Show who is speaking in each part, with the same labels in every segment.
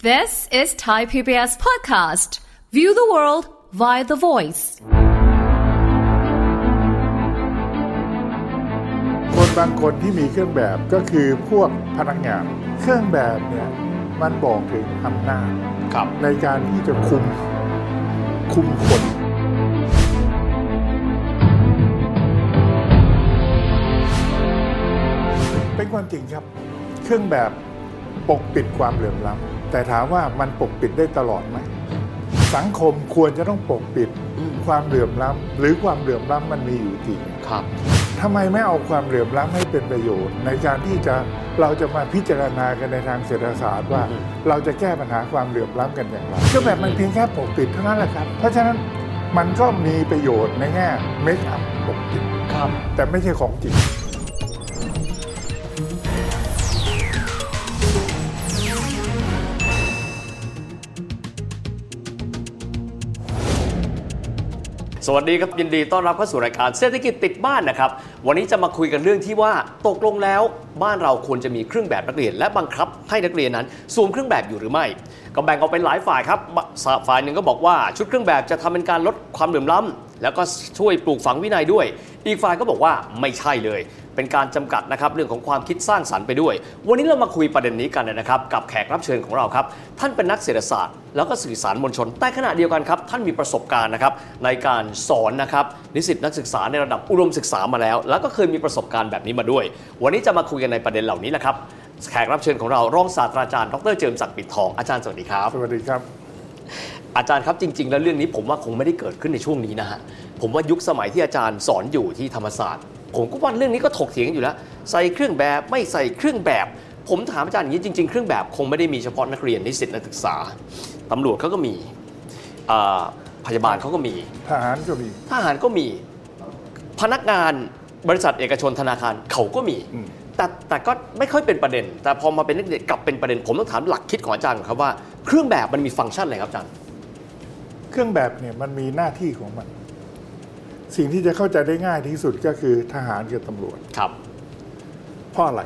Speaker 1: This is Thai PBS podcast. View the world via the voice.
Speaker 2: คนบางคนที่มีเครื่องแบบก็คือพวกพนักงาน เครื่องแบบเนี่ยมันบอกถึงอำนาจ
Speaker 3: ครับ
Speaker 2: ในการที่จะคุมคุมคน เป็นความจริงครับ เครื่องแบบปกปิดความเหลื่อมล้ำแต่ถามว่ามันปกปิดได้ตลอดไหมสังคมควรจะต้องปกปิด
Speaker 3: อืม
Speaker 2: ความเหลื่อมล้ำหรือความเหลื่อมล้ำมันมีอยู่จริง
Speaker 3: ครับ
Speaker 2: ทำไมไม่เอาความเหลื่อมล้ำให้เป็นประโยชน์ ในการที่จะเราจะมาพิจารณากันในทางเศรษฐศาสตร์ว่า
Speaker 3: อืม
Speaker 2: เราจะแก้ปัญหาความเหลื่อมล้ำกันอย่างไรก็แบบมันเพียงแค่ปกปิดเท่านั้นแหละครับ เพราะฉะนั้นมันก็มีประโยชน์ในแง่เมคอัพปกปิด
Speaker 3: ครับ
Speaker 2: แต่ไม่ใช่ของจริง
Speaker 3: สวัสดีครับ ยินดีต้อนรับเข้าสู่รายการเศรษฐกิจติดบ้านนะครับ วันนี้จะมาคุยกันเรื่องที่ว่าตกลงแล้วบ้านเราควรจะมีเครื่องแบบนักเรียน และบังคับให้นักเรียนนั้นสวมเครื่องแบบอยู่หรือไม่ ก็แบ่งออกเป็นหลายฝ่ายครับบฝ่ายหนึ่งก็บอกว่าชุดเครื่องแบบจะทำเป็นการลดความเหลื่อมล้ำแล้วก็ช่วยปลูกฝังวินัยด้วย อีกฝ่ายก็บอกว่าไม่ใช่เลย เป็นการจำกัดนะครับเรื่องของความคิดสร้างสรรค์ไปด้วย วันนี้เรามาคุยประเด็นนี้กันนะครับ กับแขกรับเชิญของเราครับ ท่านเป็นนักเศรษฐศาสตร์ แล้วก็สื่อสารมวลชน แต่ขณะเดียวกันครับ ท่านมีประสบการณ์นะครับในการสอนนะครับนิสิตนักศึกษาในระดับอุดมศึกษามาแล้ว แล้วก็เคยมีประสบการณ์แบบนี้มาด้วย วันนี้จะมาคุยกันในประเด็นเหล่านี้แหละครับแขกรับเชิญของเรารองศาสตราจารย์ดรเจิมศักดิ์ปิดทองอาจารย์สวัสดีครับ
Speaker 2: สวัสดีครับ
Speaker 3: อาจารย์ครับจริง ๆ แล้วเรื่องนี้ผมว่าคงไม่ได้เกิดขึ้นในช่วงนี้นะฮะผมว่ายุคสมัยที่อาจารย์สอนอยู่ที่ธรรมศาสตร์ ผมก็ว่าเรื่องนี้ก็ถกเถียงกันอยู่แล้วใส่เครื่องแบบไม่ใส่เครื่องแบบ ผมถามอาจารย์อย่างนี้จริง ๆ เครื่องแบบคงไม่ได้มีเฉพาะนักเรียนนิสิตนักศึกษาตำรวจเขาก็มีอ่าพยาบาลเขาก็มี
Speaker 2: ทหารก็มี
Speaker 3: ทหารก็มีพนักงานบริษัทเอกชนธนาคารเขาก็มี
Speaker 2: อืม
Speaker 3: แต่แต่ก็ไม่ค่อยเป็นประเด็น แต่พอมาเป็นนักเรียนกลับเป็นประเด็น ผมต้องถามหลักคิดของอาจารย์ก่อนครับว่าเครื่องแบบมันมีฟังก์ชันอะไรครับอาจารย์
Speaker 2: เครื่องแบบเนี่ยมันมีหน้าที่ของมัน สิ่งที่จะเข้าใจได้ง่ายที่สุดก็คือทหารกับตำรวจ
Speaker 3: ครับ
Speaker 2: เพราะอะไร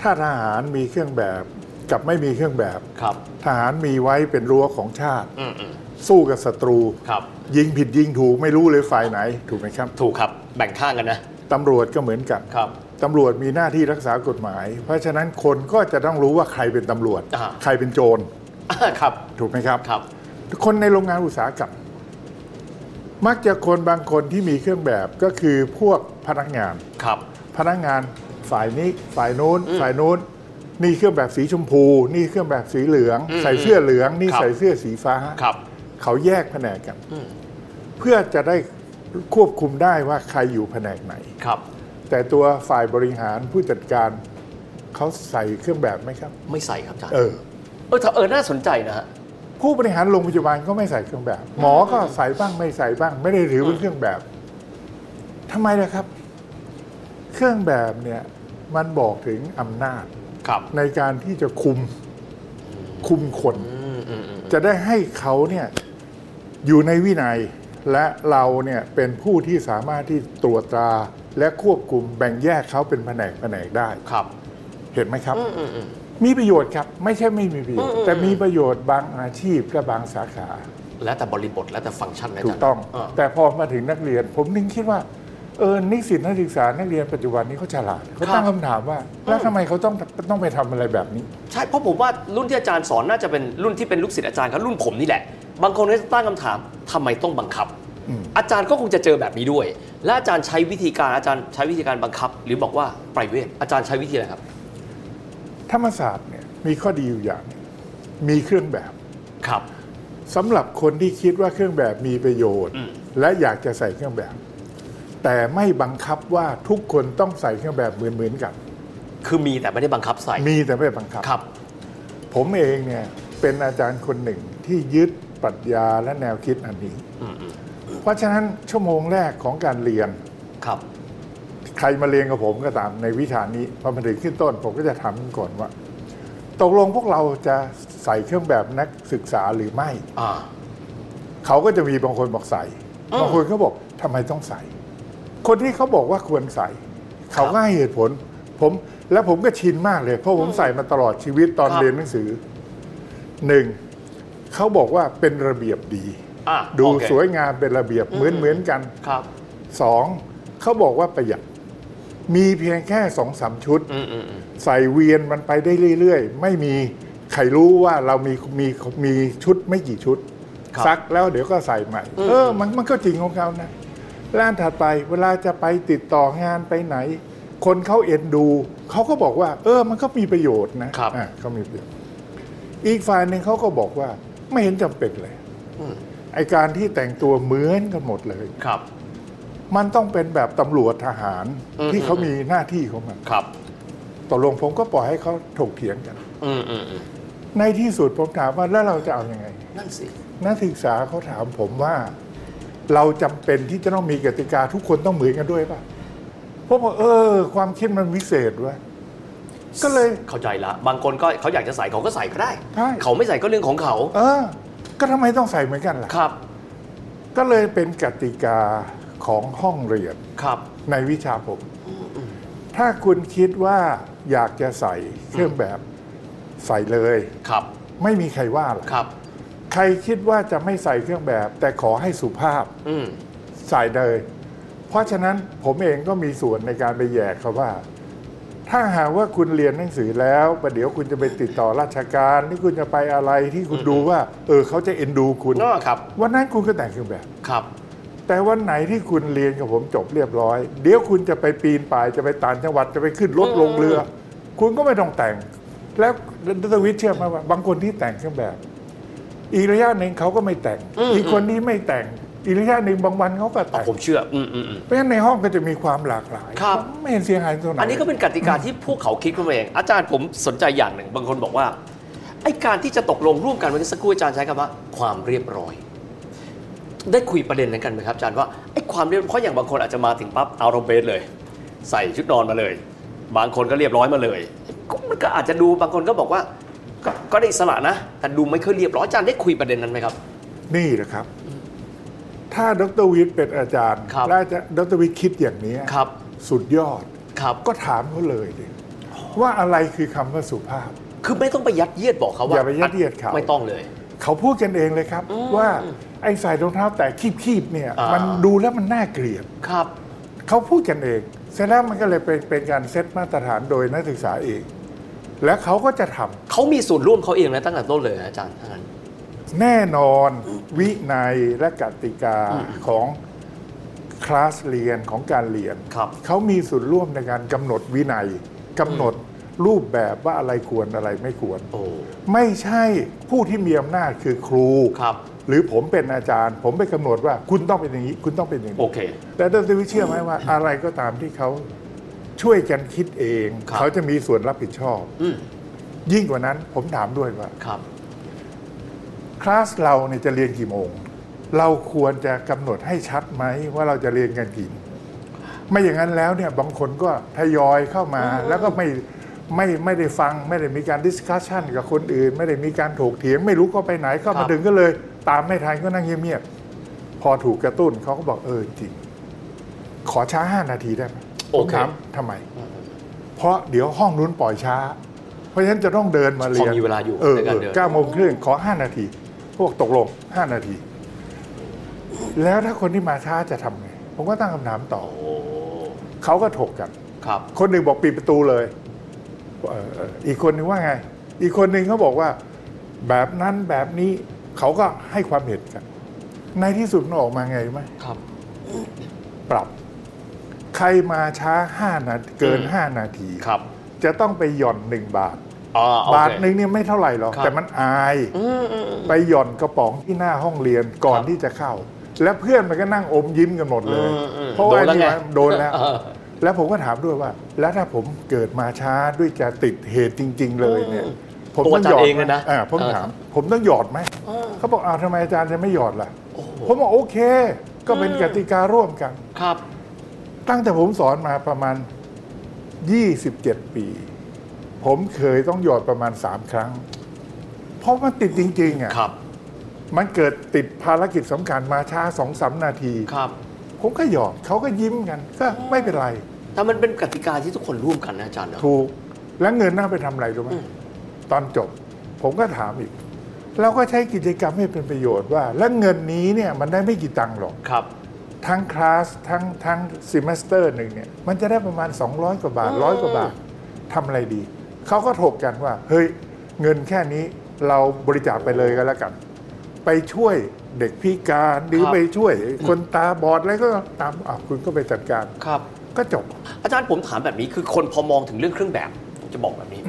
Speaker 2: ถ้าทหารมีเครื่องแบบกับไม่มีเครื่องแบบ
Speaker 3: ครับ
Speaker 2: ทหารมีไว้เป็นรั้วของชาติ
Speaker 3: อืมอืม
Speaker 2: สู้กับศัตรู
Speaker 3: ครับ
Speaker 2: ยิงผิดยิงถูกไม่รู้เลยฝ่ายไหน ถูกไหมครับ
Speaker 3: ถูกครับแบ่งข้างกันนะ
Speaker 2: ตำรวจก็เหมือนกัน
Speaker 3: ครับ
Speaker 2: ตำรวจมีหน้าที่รักษากฎหมาย เพราะฉะนั้นคนก็จะต้องรู้ว่าใครเป็นตำรวจ
Speaker 3: อ่า
Speaker 2: ใครเป็นโจร
Speaker 3: ครับ
Speaker 2: ถูกไหมครับ
Speaker 3: ครับ
Speaker 2: คนในโรงงานอุตสาหกรรมมักจะคนบางคนที่มีเครื่องแบบก็คือพวกพนักงาน
Speaker 3: ครับ
Speaker 2: พนักงานฝ่ายนี้ฝ่ายโน้น
Speaker 3: อืม
Speaker 2: ฝ่ายโน้น นี่เครื่องแบบสีชมพู นี่เครื่องแบบสีเหลือง
Speaker 3: อืม
Speaker 2: ใส่เสื้อเหลือง นี่
Speaker 3: ครับ
Speaker 2: ใส่เสื้อสีฟ้า
Speaker 3: ครับ
Speaker 2: เขาแยกแผนกกัน
Speaker 3: อืม
Speaker 2: เพื่อจะได้ควบคุมได้ว่าใครอยู่แผนกไหน
Speaker 3: ครับ
Speaker 2: แต่ตัวฝ่ายบริหารผู้จัดการเขาใส่เครื่องแบบไหมครับ
Speaker 3: ไม่ใส่ครับอาจารย์
Speaker 2: เออ
Speaker 3: เออถ้าเออน่าสนใจนะฮะ
Speaker 2: ผู้บริหารโรงพยาบาลก็ไม่ใส่เครื่องแบบ หมอก็ใส่บ้างไม่ใส่บ้าง ไม่ได้ถือเป็นเครื่องแบบทำไมล่ะครับ เครื่องแบบเนี่ยมันบอกถึงอำนาจ
Speaker 3: ครับ
Speaker 2: ในการที่จะคุมคุมคน
Speaker 3: อืมอืมอืม
Speaker 2: จะได้ให้เขาเนี่ยอยู่ในวินัย และเราเนี่ยเป็นผู้ที่สามารถที่ตรวจตราและควบคุมแบ่งแยกเขาเป็นแผนกแผนกได้
Speaker 3: ครับ
Speaker 2: เห็นไหมครับ
Speaker 3: อืมอืมอืม
Speaker 2: มีประโยชน์ครับ ไม่ใช่ไม่มีประโยชน์
Speaker 3: อืม
Speaker 2: แต่มีประโยชน์บางอาชีพและบางสาขา
Speaker 3: แล้วแต่บริบทแล้วแต่ฟังก์ชันนะาจารย์
Speaker 2: ถูกต้อง
Speaker 3: เอ
Speaker 2: แต่พอมาถึงนักเรียน ผมนึงคิดว่าเออนิสิตนักศึกษานักเรียนปัจจุบันนี้เขาฉลาดเขาตั้งคำถามว่า แล้วทำไมเขาต้องต้องไปทำอะไรแบบนี้
Speaker 3: ใช่เพราะผมว่ารุ่นที่อาจารย์สอนน่าจะเป็นรุ่นที่เป็นลูกศิษย์อาจารย์ครับรุ่นผมนี่แหละ บางคนก็จะตั้งคำถามทำไมต้องบังคับ
Speaker 2: อืม
Speaker 3: อาจารย์ก็คงจะเจอแบบนี้ด้วย และอาจารย์ใช้วิธีการอาจารย์ใช้วิธีการบังคับ หรือบอกว่าไพรเวทอาจารย์ใช้วิธีอะไรครับ
Speaker 2: ธรรมศาสตร์เนี่ยมีข้อดีอยู่อย่างหนึ่งมีเครื่องแบบ
Speaker 3: ครับ
Speaker 2: สำหรับคนที่คิดว่าเครื่องแบบมีประโยชน์
Speaker 3: อืม
Speaker 2: และอยากจะใส่เครื่องแบบ แต่ไม่บังคับว่าทุกคนต้องใส่เครื่องแบบเหมือนๆกัน
Speaker 3: คือมีแต่ไม่ได้บังคับใส่
Speaker 2: มีแต่ไม่บังคับ
Speaker 3: ครับ
Speaker 2: ผมเองเนี่ยเป็นอาจารย์คนหนึ่งที่ยึดปรัชญาและแนวคิดอันนี้
Speaker 3: อืมอืม
Speaker 2: เพราะฉะนั้นชั่วโมงแรกของการเรียน
Speaker 3: ครับ
Speaker 2: ใครมาเรียนกับผมก็ตามในวิชานี้พอมาถึงขึ้นต้น ผมก็จะถามก่อนว่า ตกลงพวกเราจะใส่เครื่องแบบนักศึกษาหรือไม่
Speaker 3: อ่า
Speaker 2: เขาก็จะมีบางคนบอกใส่
Speaker 3: อืม
Speaker 2: บางคนก็บอกทำไมต้องใส่ คนที่เขาบอกว่าควรใส่ เขาก็ให้เหตุผล ผม และผมก็ชินมากเลย เพราะผมใส่มาตลอดชีวิตตอน
Speaker 3: ครับ
Speaker 2: เรียนหนังสือ หนึ่งเขาบอกว่าเป็นระเบียบดี
Speaker 3: อ่ะ
Speaker 2: ดู
Speaker 3: โอเค
Speaker 2: สวยงามเป็นระเบียบเหมือนเหมือนกัน
Speaker 3: ครับ
Speaker 2: สองเขาบอกว่าประหยัด มีเพียงแค่สองสามชุด
Speaker 3: อืมอืมอืม
Speaker 2: ใส่เวียนมันไปได้เรื่อยๆ ไม่มีใครรู้ว่าเรามีมีมีชุดไม่กี่ชุด
Speaker 3: ครับ
Speaker 2: ซักแล้วเดี๋ยวก็ใส่ใหม่ เออมันมันก็จริงของเขานะร้านถัดไปเวลาจะไปติดต่องานไปไหน คนเขาเอ็นดู เขาก็บอกว่า เออมันก็มีประโยชน์นะครับ อ่ะเขามีประโยชน์ อีกฝ่ายหนึ่งเขาก็บอกว่าไม่เห็นจำเป็นเลยไอการที่แต่งตัวเหมือนกันหมดเลย
Speaker 3: ครับ
Speaker 2: มันต้องเป็นแบบตำรวจทหาร
Speaker 3: อืม
Speaker 2: ที่เขามีหน้าที่ของมัน
Speaker 3: ครับ
Speaker 2: ตกลงผมก็ปล่อยให้เขาถกเถียงกัน
Speaker 3: อืมอืมอืม
Speaker 2: ในที่สุดผมถามว่าแล้วเราจะเอาอยัางไง
Speaker 3: นั่นสิ
Speaker 2: นักศึกษาเขาถามผมว่า เราจำเป็นที่จะต้องมีกติกาทุกคนต้องเหมือนกันด้วยป่ะผมบอกเออ ความคิดมันวิเศษเว้ยก็เลย
Speaker 3: เข้าใจละ บางคนก็เขาอยากจะใส่เขาก็ใส่ก็ได้
Speaker 2: ใช่
Speaker 3: เขาไม่ใส่ก็เรื่องของเขา
Speaker 2: เออ ก็ทำไมต้องใส่เหมือนกันล่ะ
Speaker 3: ครับ
Speaker 2: ก็เลยเป็นกติกาของห้องเรียน
Speaker 3: ครับ
Speaker 2: ในวิชาผม ถ้าคุณคิดว่าอยากจะใส่เครื่องแบบใส่เลย
Speaker 3: ครับ
Speaker 2: ไม่มีใครว่าหรอก
Speaker 3: ครับ
Speaker 2: ใครคิดว่าจะไม่ใส่เครื่องแบบ แต่ขอให้สุภาพ
Speaker 3: อืม
Speaker 2: ใส่เลย เพราะฉะนั้นผมเองก็มีส่วนในการไปแยกเขาว่า ถ้าหากว่าคุณเรียนหนังสือแล้วประเดี๋ยวคุณจะไปติดต่อราชการที่คุณจะไปอะไรที่คุณดูว่า เออเขาจะเอ็นดูคุณ
Speaker 3: อ๋อครับ
Speaker 2: วันนั้นคุณก็แต่งเครื่องแบบ
Speaker 3: ครับ
Speaker 2: แต่วันไหนที่คุณเรียนกับผมจบเรียบร้อย เดี๋ยวคุณจะไปปีนป่ายจะไปต่างจังหวัดจะไปขึ้นรถลงเรือ คุณก็ไม่ต้องแต่ง แล้วดรวิทย์เชื่อไหมว่า บางคนที่แต่งเครื่องแบบ อีกระยะหนึ่งเขาก็ไม่แต่ง อีกคนที่ไม่แต่ง อีกระยะหนึ่งบางวันเขาก็แต่ง
Speaker 3: ผมเชื่อ อืมอืมอืม
Speaker 2: เพราะฉะนั้นในห้องก็จะมีความหลากหลาย
Speaker 3: ครับ
Speaker 2: ไม่เห็นเสียหายตรงไหน
Speaker 3: อันนี้ก็เป็นกติกาที่พวกเขาคิดขึ้นมาเอง อาจารย์ผมสนใจอย่างหนึ่ง บางคนบอกว่า ไอการที่จะตกลงร่วมกันเมื่อกี้สักครู่อาจารย์ใช้คำว่า ความเรียบร้อย ได้คุยประเด็นนั้นกันไหมครับอาจารย์ว่าไอ้ความเรียบเพราะอย่างบางคนอาจจะมาถึงปั๊บเอาโรเบสเลย ใส่ชุดนอนมาเลย บางคนก็เรียบร้อยมาเลยก็มันก็อาจจะดูบางคนก็บอกว่า ก็ก็ได้อิสละนะ แต่ดูไม่ค่อยเรียบร้อยอาจารย์ได้คุยประเด็นนั้นไหมครับ
Speaker 2: นี่แหละครับ ถ้าดรวิทย์เป็นอาจารย์
Speaker 3: ครับ
Speaker 2: และอาจารย์ดรวิทย์คิดอย่างนี้
Speaker 3: ครับ
Speaker 2: สุดยอด
Speaker 3: ครับ
Speaker 2: ก็ถามเขาเลยดิว่าอะไรคือคำว่าสุภาพ
Speaker 3: คือไม่ต้องไปยัดเยียดบอกเขาว่า
Speaker 2: อย่าไปยัดเยียดเขา
Speaker 3: ไม่ต้องเลย
Speaker 2: เขาพูดกันเองเลยครับ ว่าไอ้ใส่รองเท้าแต่คีบๆเนี่ย
Speaker 3: อ่ามั
Speaker 2: มันดูแล้วมันน่าเกลียด
Speaker 3: ครับ
Speaker 2: เขาพูดกันเองเสร็จแล้วมันก็เลยเป็นเป็นการเซตมาตรฐานโดยนักศึกษาเอง และเขาก็จะทำ
Speaker 3: เขามีส่วนร่วมเขาเองนะตั้งแต่ต้นเลยนะอาจารย์ทั้งนั้น
Speaker 2: แน่นอนวินัยและกติกาของคลาสเรียนของการเรียน
Speaker 3: ครับ
Speaker 2: เขามีส่วนร่วมในการกำหนดวินัยกำหนดรูปแบบว่าอะไรควรอะไรไม่ควร
Speaker 3: โอ้
Speaker 2: ไม่ใช่ผู้ที่มีอำนาจคือครู
Speaker 3: ครับ
Speaker 2: หรือผมเป็นอาจารย์ ผมไปกำหนดว่าคุณต้องเป็นอย่างนี้ คุณต้องเป็นอย่าง
Speaker 3: โอ
Speaker 2: นี้
Speaker 3: เค
Speaker 2: แต่ดรวิเชื่อไหมว่าอะไรก็ตามที่เขาช่วยกันคิดเอง
Speaker 3: ครับ
Speaker 2: เขาจะมีส่วนรับผิดชอบ
Speaker 3: อืม
Speaker 2: ยิ่งกว่านั้นผมถามด้วยว่า
Speaker 3: ครับ
Speaker 2: คลาสเราเนี่ยจะเรียนกี่โมง เราควรจะกำหนดให้ชัดไหมว่าเราจะเรียนกันกี่โมงไม่อย่างนั้นแล้วเนี่ยบางคนก็ทยอยเข้ามา แล้วก็ไม่ไม่ไม่ได้ฟังไม่ได้มีการดิสคัชชันกับคนอื่น ไม่ได้มีการถกเถียง ไม่รู้เขาไปไหนเข้า
Speaker 3: ครั
Speaker 2: มา
Speaker 3: บ
Speaker 2: ถึงก็เลย ตามไม่ทันก็นั่งเงียบๆพอถูกกระตุ้นเขาก็บอกเออจริง ขอช้าห้านาทีได้ไหม
Speaker 3: โอ
Speaker 2: ผม
Speaker 3: เค
Speaker 2: ถามทำไม เพราะเดี๋ยวห้องนู้นปล่อยช้า เพราะฉะนั้นจะต้องเดินมาเรียน
Speaker 3: พอมีเวลาอยู่
Speaker 2: เออ
Speaker 3: ในการเดิน
Speaker 2: เก้าโมงครึ่งขอห้านาที พวกตกลงห้านาที แล้วถ้าคนที่มาช้าจะทำไง ผมก็ตั้งคำถามต่อ
Speaker 3: โอ้
Speaker 2: เขาก็ถกกัน
Speaker 3: ครับ
Speaker 2: คนหนึ่งบอกปิดประตูเลยเอ่อเอ่ออีกคนหนึ่งว่าไง อีกคนหนึ่งเขาบอกว่า แบบนั้นแบบนี้เขาก็ให้ความเห็นกัน ในที่สุดมันออกมาไงรู้ไหม
Speaker 3: ครับ
Speaker 2: ปรับ ใครมาช้าห้านาทีเกิน
Speaker 3: อืม
Speaker 2: ห้านาที
Speaker 3: ครับ
Speaker 2: จะต้องไปหย่อนหนึ่งบาท
Speaker 3: อ่าโอเค
Speaker 2: บาทหนึ่งเนี่ยไม่เท่าไหร่หรอก
Speaker 3: ครับ
Speaker 2: แต่มันอาย
Speaker 3: อืมอืมอืม
Speaker 2: ไปหย่อนกระป๋องที่หน้าห้องเรียนก่อน
Speaker 3: ครับ
Speaker 2: ที่จะเข้า และเพื่อนมันก็นั่งอมยิ้มกันหมดเลย
Speaker 3: อืมอืม
Speaker 2: เพราะว่านี่
Speaker 3: ไง
Speaker 2: มันโดนแล้ว
Speaker 3: เออ
Speaker 2: แล้วผมก็ถามด้วยว่า แล้วถ้าผมเกิดมาช้าด้วยจะติดเหตุจริง ๆ เลยเนี่ย
Speaker 3: อืม
Speaker 2: ผม
Speaker 3: ตัว
Speaker 2: ต้องหยอด
Speaker 3: อาจารย์เองเลยนะ
Speaker 2: อ่าผม
Speaker 3: เออ
Speaker 2: ถาม ผมต้องหยอดไหมเขาบอกอ้าวทำไมอาจารย์จะไม่หยอดล่ะ ผมบอกโอเค ก็เป็น
Speaker 3: อืม
Speaker 2: กติการ่วมกัน
Speaker 3: ครับ
Speaker 2: ตั้งแต่ผมสอนมาประมาณ 27 ปี ผมเคยต้องหยอดประมาณ 3 ครั้ง เพราะมันติดจริงๆอ่ะ
Speaker 3: ครับ
Speaker 2: มันเกิดติดภารกิจสำคัญมาช้าสองสามนาที
Speaker 3: ครับ
Speaker 2: ผมก็หยอดเขาก็ยิ้มกัน ก็ไม่เป็นไร
Speaker 3: แต่มันเป็นกติกาที่ทุกคนร่วมกันนะอาจารย์เนอะ
Speaker 2: ถูก แล้วเงินน่าไปทำอะไรรู้ไหม
Speaker 3: อืม
Speaker 2: ตอนจบ ผมก็ถามอีก เราก็ใช้กิจกรรมให้เป็นประโยชน์ว่า และเงินนี้เนี่ยมันได้ไม่กี่ตังค์หรอก
Speaker 3: ครับ
Speaker 2: ทั้งคลาสทั้งทั้งซิมสเตอร์หนึ่งเนี่ยมันจะได้ประมาณ 200 กว่าบาทร้อยกว่าบาททำอะไรดี เขาก็ถกกันว่า เฮ้ย เงินแค่นี้เราบริจาคไปเลยก็แล้วกัน ไปช่วยเด็กพิการหรือ
Speaker 3: ครับ
Speaker 2: ไปช่วยคนตาบอดอะไรก็ตามอ่ะคุณก็ไปจัดการ
Speaker 3: ครับ
Speaker 2: ก็จบ
Speaker 3: อาจารย์ผมถามแบบนี้คือคนพอมองถึงเรื่องเครื่องแบบผมจะบอกแบบนี้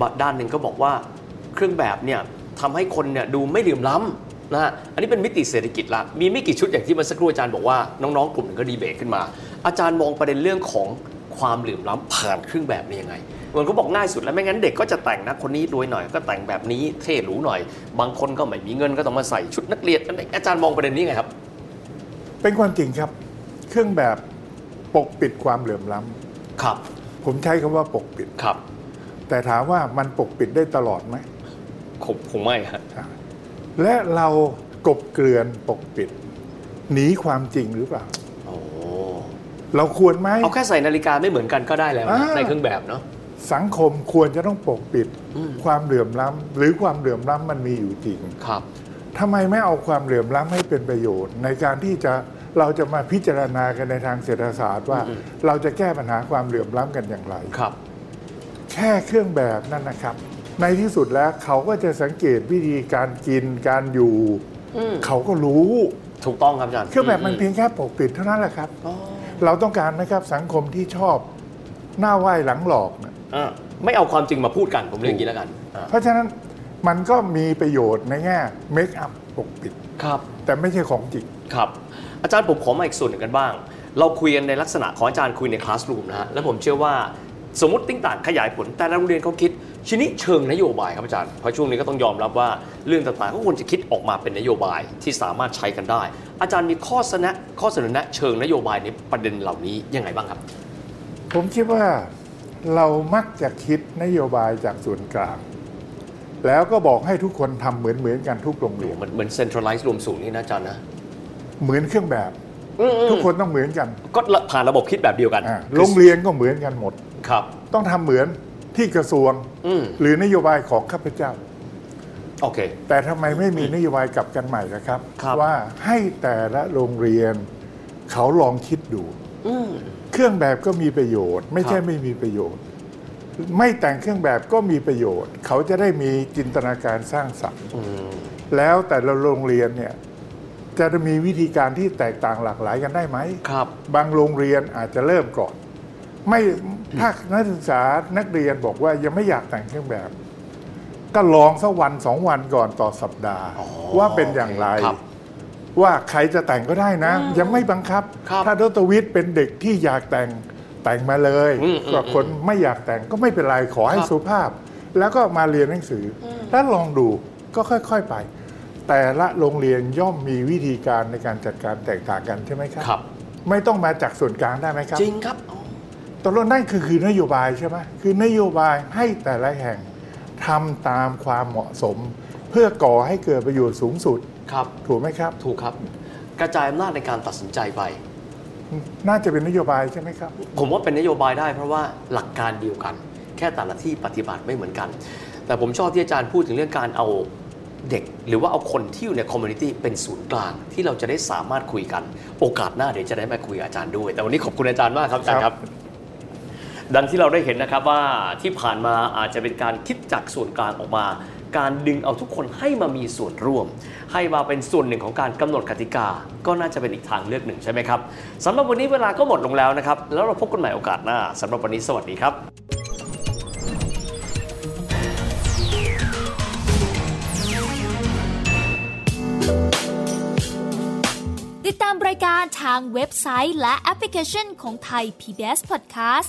Speaker 3: บะด้านหนึ่งก็บอกว่าเครื่องแบบเนี่ยทำให้คนเนี่ยดูไม่เหลื่อมล้ำนะฮะอันนี้เป็นมิติเศรษฐกิจละมีไม่กี่ชุดอย่างที่เมื่อสักครู่อาจารย์บอกว่าน้องๆกลุ่มหนึ่งก็ดีเบตขึ้นมา อาจารย์มองประเด็นเรื่องของความเหลื่อมล้ำผ่านเครื่องแบบนี่ยังไงมันก็บอกง่ายสุดแล้วไม่งั้นเด็กก็จะแต่งนะคนนี้รวยหน่อยก็แต่งแบบนี้เท่หรูหน่อย บางคนก็ไม่มีเงินก็ต้องมาใส่ชุดนักเรียนอันนี้อาจารย์มองประเด็นนี้ไงครับ
Speaker 2: เป็นความจริงครับ เครื่องแบบปกปิดความเหลื่อมล้ำ
Speaker 3: ครับ
Speaker 2: ผมใช้คำว่าปกปิด
Speaker 3: ครับ
Speaker 2: แต่ถามว่ามันปกปิดได้ตลอดไหม
Speaker 3: คงคงไม่ฮะ
Speaker 2: และเรากบเกลื่อนปกปิด หนีความจริงหรือเปล่า
Speaker 3: โอ้
Speaker 2: เราควรไหม
Speaker 3: เอาแค่ใส่นาฬิกาไม่เหมือนกันก็ได้แล้วนะ
Speaker 2: อ่า
Speaker 3: ในเครื่องแบบเนาะ
Speaker 2: สังคมควรจะต้องปกปิด
Speaker 3: อืม
Speaker 2: ความเหลื่อมล้ำหรือความเหลื่อมล้ำมันมีอยู่จริง
Speaker 3: ครับ
Speaker 2: ทำไมไม่เอาความเหลื่อมล้ำให้เป็นประโยชน์ ในการที่จะเราจะมาพิจารณากันในทางเศรษฐศาสตร์ว่า เราจะแก้ปัญหาความเหลื่อมล้ำกันอย่างไร
Speaker 3: ครับ
Speaker 2: แค่เครื่องแบบนั่นนะครับ ในที่สุดแล้วเขาก็จะสังเกตวิธีการกินการอยู่ เขาก็รู้
Speaker 3: ถูกต้องครับอาจารย์
Speaker 2: เครื่องแบบมันเพียงแค่ปกปิดเท่านั้นแหละครับ
Speaker 3: อ๋อ
Speaker 2: เราต้องการไหมครับสังคมที่ชอบหน้าไหว้หลังหลอกเนี่ย
Speaker 3: อ่ะไม่เอาความจริงมาพูดกัน ผมเรียกอย่างนี้แล้วกันอ่ะ
Speaker 2: เพราะฉะนั้นมันก็มีประโยชน์ในแง่เมคอัพปกปิด
Speaker 3: ครับ
Speaker 2: แต่ไม่ใช่ของจริง
Speaker 3: ครับ อาจารย์ผมขอมาอีกส่วนหนึ่งกันบ้าง เราคุยกันในลักษณะของอาจารย์คุยในคลาสรูมนะฮะ แล้วผมเชื่อว่าสมมติติ้งต่างขยายผลแต่ละโรงเรียนเขาคิดชนิดเชิงนโยบายครับอาจารย์ เพราะช่วงนี้ก็ต้องยอมรับว่าเรื่องต่างๆก็ควรจะคิดออกมาเป็นนโยบายที่สามารถใช้กันได้ อาจารย์มีข้อเสนอข้อเสนอแนะเชิงนโยบายในประเด็นเหล่านี้ยังไงบ้างครับ
Speaker 2: ผมคิดว่าเรามักจะคิดนโยบายจากส่วนกลาง แล้วก็บอกให้ทุกคนทำเหมือนเหมือนๆกันทุกโรงเรียน
Speaker 3: เหมือนเหมือนเซ็นทรัลไลซ์รวมศูนย์นี่นะอาจารย์นะ
Speaker 2: เหมือนเครื่องแบบ ทุกคนต้องเหมือนกัน
Speaker 3: ก็ผ่านระบบคิดแบบเดียวกัน
Speaker 2: อ่าโรงเรียนก็เหมือนกันหมด
Speaker 3: ครับ
Speaker 2: ต้องทำเหมือนที่กระทรวง
Speaker 3: อืม
Speaker 2: หรือนโยบายของข้าพเจ้า
Speaker 3: โอเค
Speaker 2: แต่ทำไมไม่มีนโยบายกลับกันใหม่ล่ะครับ
Speaker 3: ครับ
Speaker 2: ว่าให้แต่ละโรงเรียน เขาลองคิดดู
Speaker 3: อืม
Speaker 2: เครื่องแบบก็มีประโยชน์ ไม่ใช่
Speaker 3: ครับ
Speaker 2: ไม่มีประโยชน์ ไม่แต่งเครื่องแบบก็มีประโยชน์ เขาจะได้มีจินตนาการสร้างสรรค์
Speaker 3: อืม
Speaker 2: แล้วแต่ละโรงเรียนเนี่ยจะมีวิธีการที่แตกต่างหลากหลายกันได้ไหม
Speaker 3: ครับ
Speaker 2: บางโรงเรียนอาจจะเริ่มก่อน ไม่ถ้านักศึกษานักเรียนบอกว่ายังไม่อยากแต่งเครื่องแบบ ก็ลองสักวันสองวันก่อนต่อสัปดาห์
Speaker 3: อ๋อ
Speaker 2: ว่าเป็นอย่างไร
Speaker 3: ครับ
Speaker 2: ว่าใครจะแต่งก็ได้นะ ยังไม่บังคับ
Speaker 3: ครับ
Speaker 2: ถ้าดรวิทย์เป็นเด็กที่อยากแต่งแต่งมาเลย
Speaker 3: อืมอืม
Speaker 2: ก็คนไม่อยากแต่งก็ไม่เป็นไรขอให้
Speaker 3: ครับ
Speaker 2: สุภาพ แล้วก็มาเรียนหนังสืออแล้วลองดูก็ค่อยๆไป แต่ละโรงเรียนย่อมมีวิธีการในการจัดการแตกต่างกันใช่ไหมครับ
Speaker 3: ครับ
Speaker 2: ไม่ต้องมาจากส่วนกลางได้ไหมครับ
Speaker 3: จริงครับอ๋อ
Speaker 2: ตกลงนั่นคือคือนโยบายใช่ไหมคือนโยบายให้แต่ละแห่งทำตามความเหมาะสม เพื่อก่อให้เกิดประโยชน์สูงสุด
Speaker 3: ครับ
Speaker 2: ถูกไหมครับ
Speaker 3: ถูกครับ กระจายอำนาจในการตัดสินใจไป
Speaker 2: น่าจะเป็นนโยบายใช่ไหมครับ
Speaker 3: ผมว่าเป็นนโยบายได้เพราะว่าหลักการเดียวกัน แค่แต่ละที่ปฏิบัติไม่เหมือนกัน แต่ผมชอบที่อาจารย์พูดถึงเรื่องการเอาเด็ก หรือว่าเอาคนที่อยู่ในคอมมูนิตี้เป็นศูนย์กลาง ที่เราจะได้สามารถคุยกัน โอกาสหน้าเดี๋ยวจะได้มาคุยกับอาจารย์ด้วย แต่วันนี้ขอบคุณอาจารย์มากครับอาจารย์ครับ ดังที่เราได้เห็นนะครับว่าที่ผ่านมาอาจจะเป็นการคิดจากส่วนกลางออกมา การดึงเอาทุกคนให้มามีส่วนร่วม ให้มาเป็นส่วนหนึ่งของการกำหนดกติกา ก็น่าจะเป็นอีกทางเลือกหนึ่งใช่ไหมครับสำหรับวันนี้เวลาก็หมดลงแล้วนะครับ แล้วเราพบกันใหม่โอกาสหน้าสำหรับวันนี้สวัสดีครับ
Speaker 4: ติดตามรายการทางเว็บไซต์และแอปพลิเคชันของไทย PBS Podcast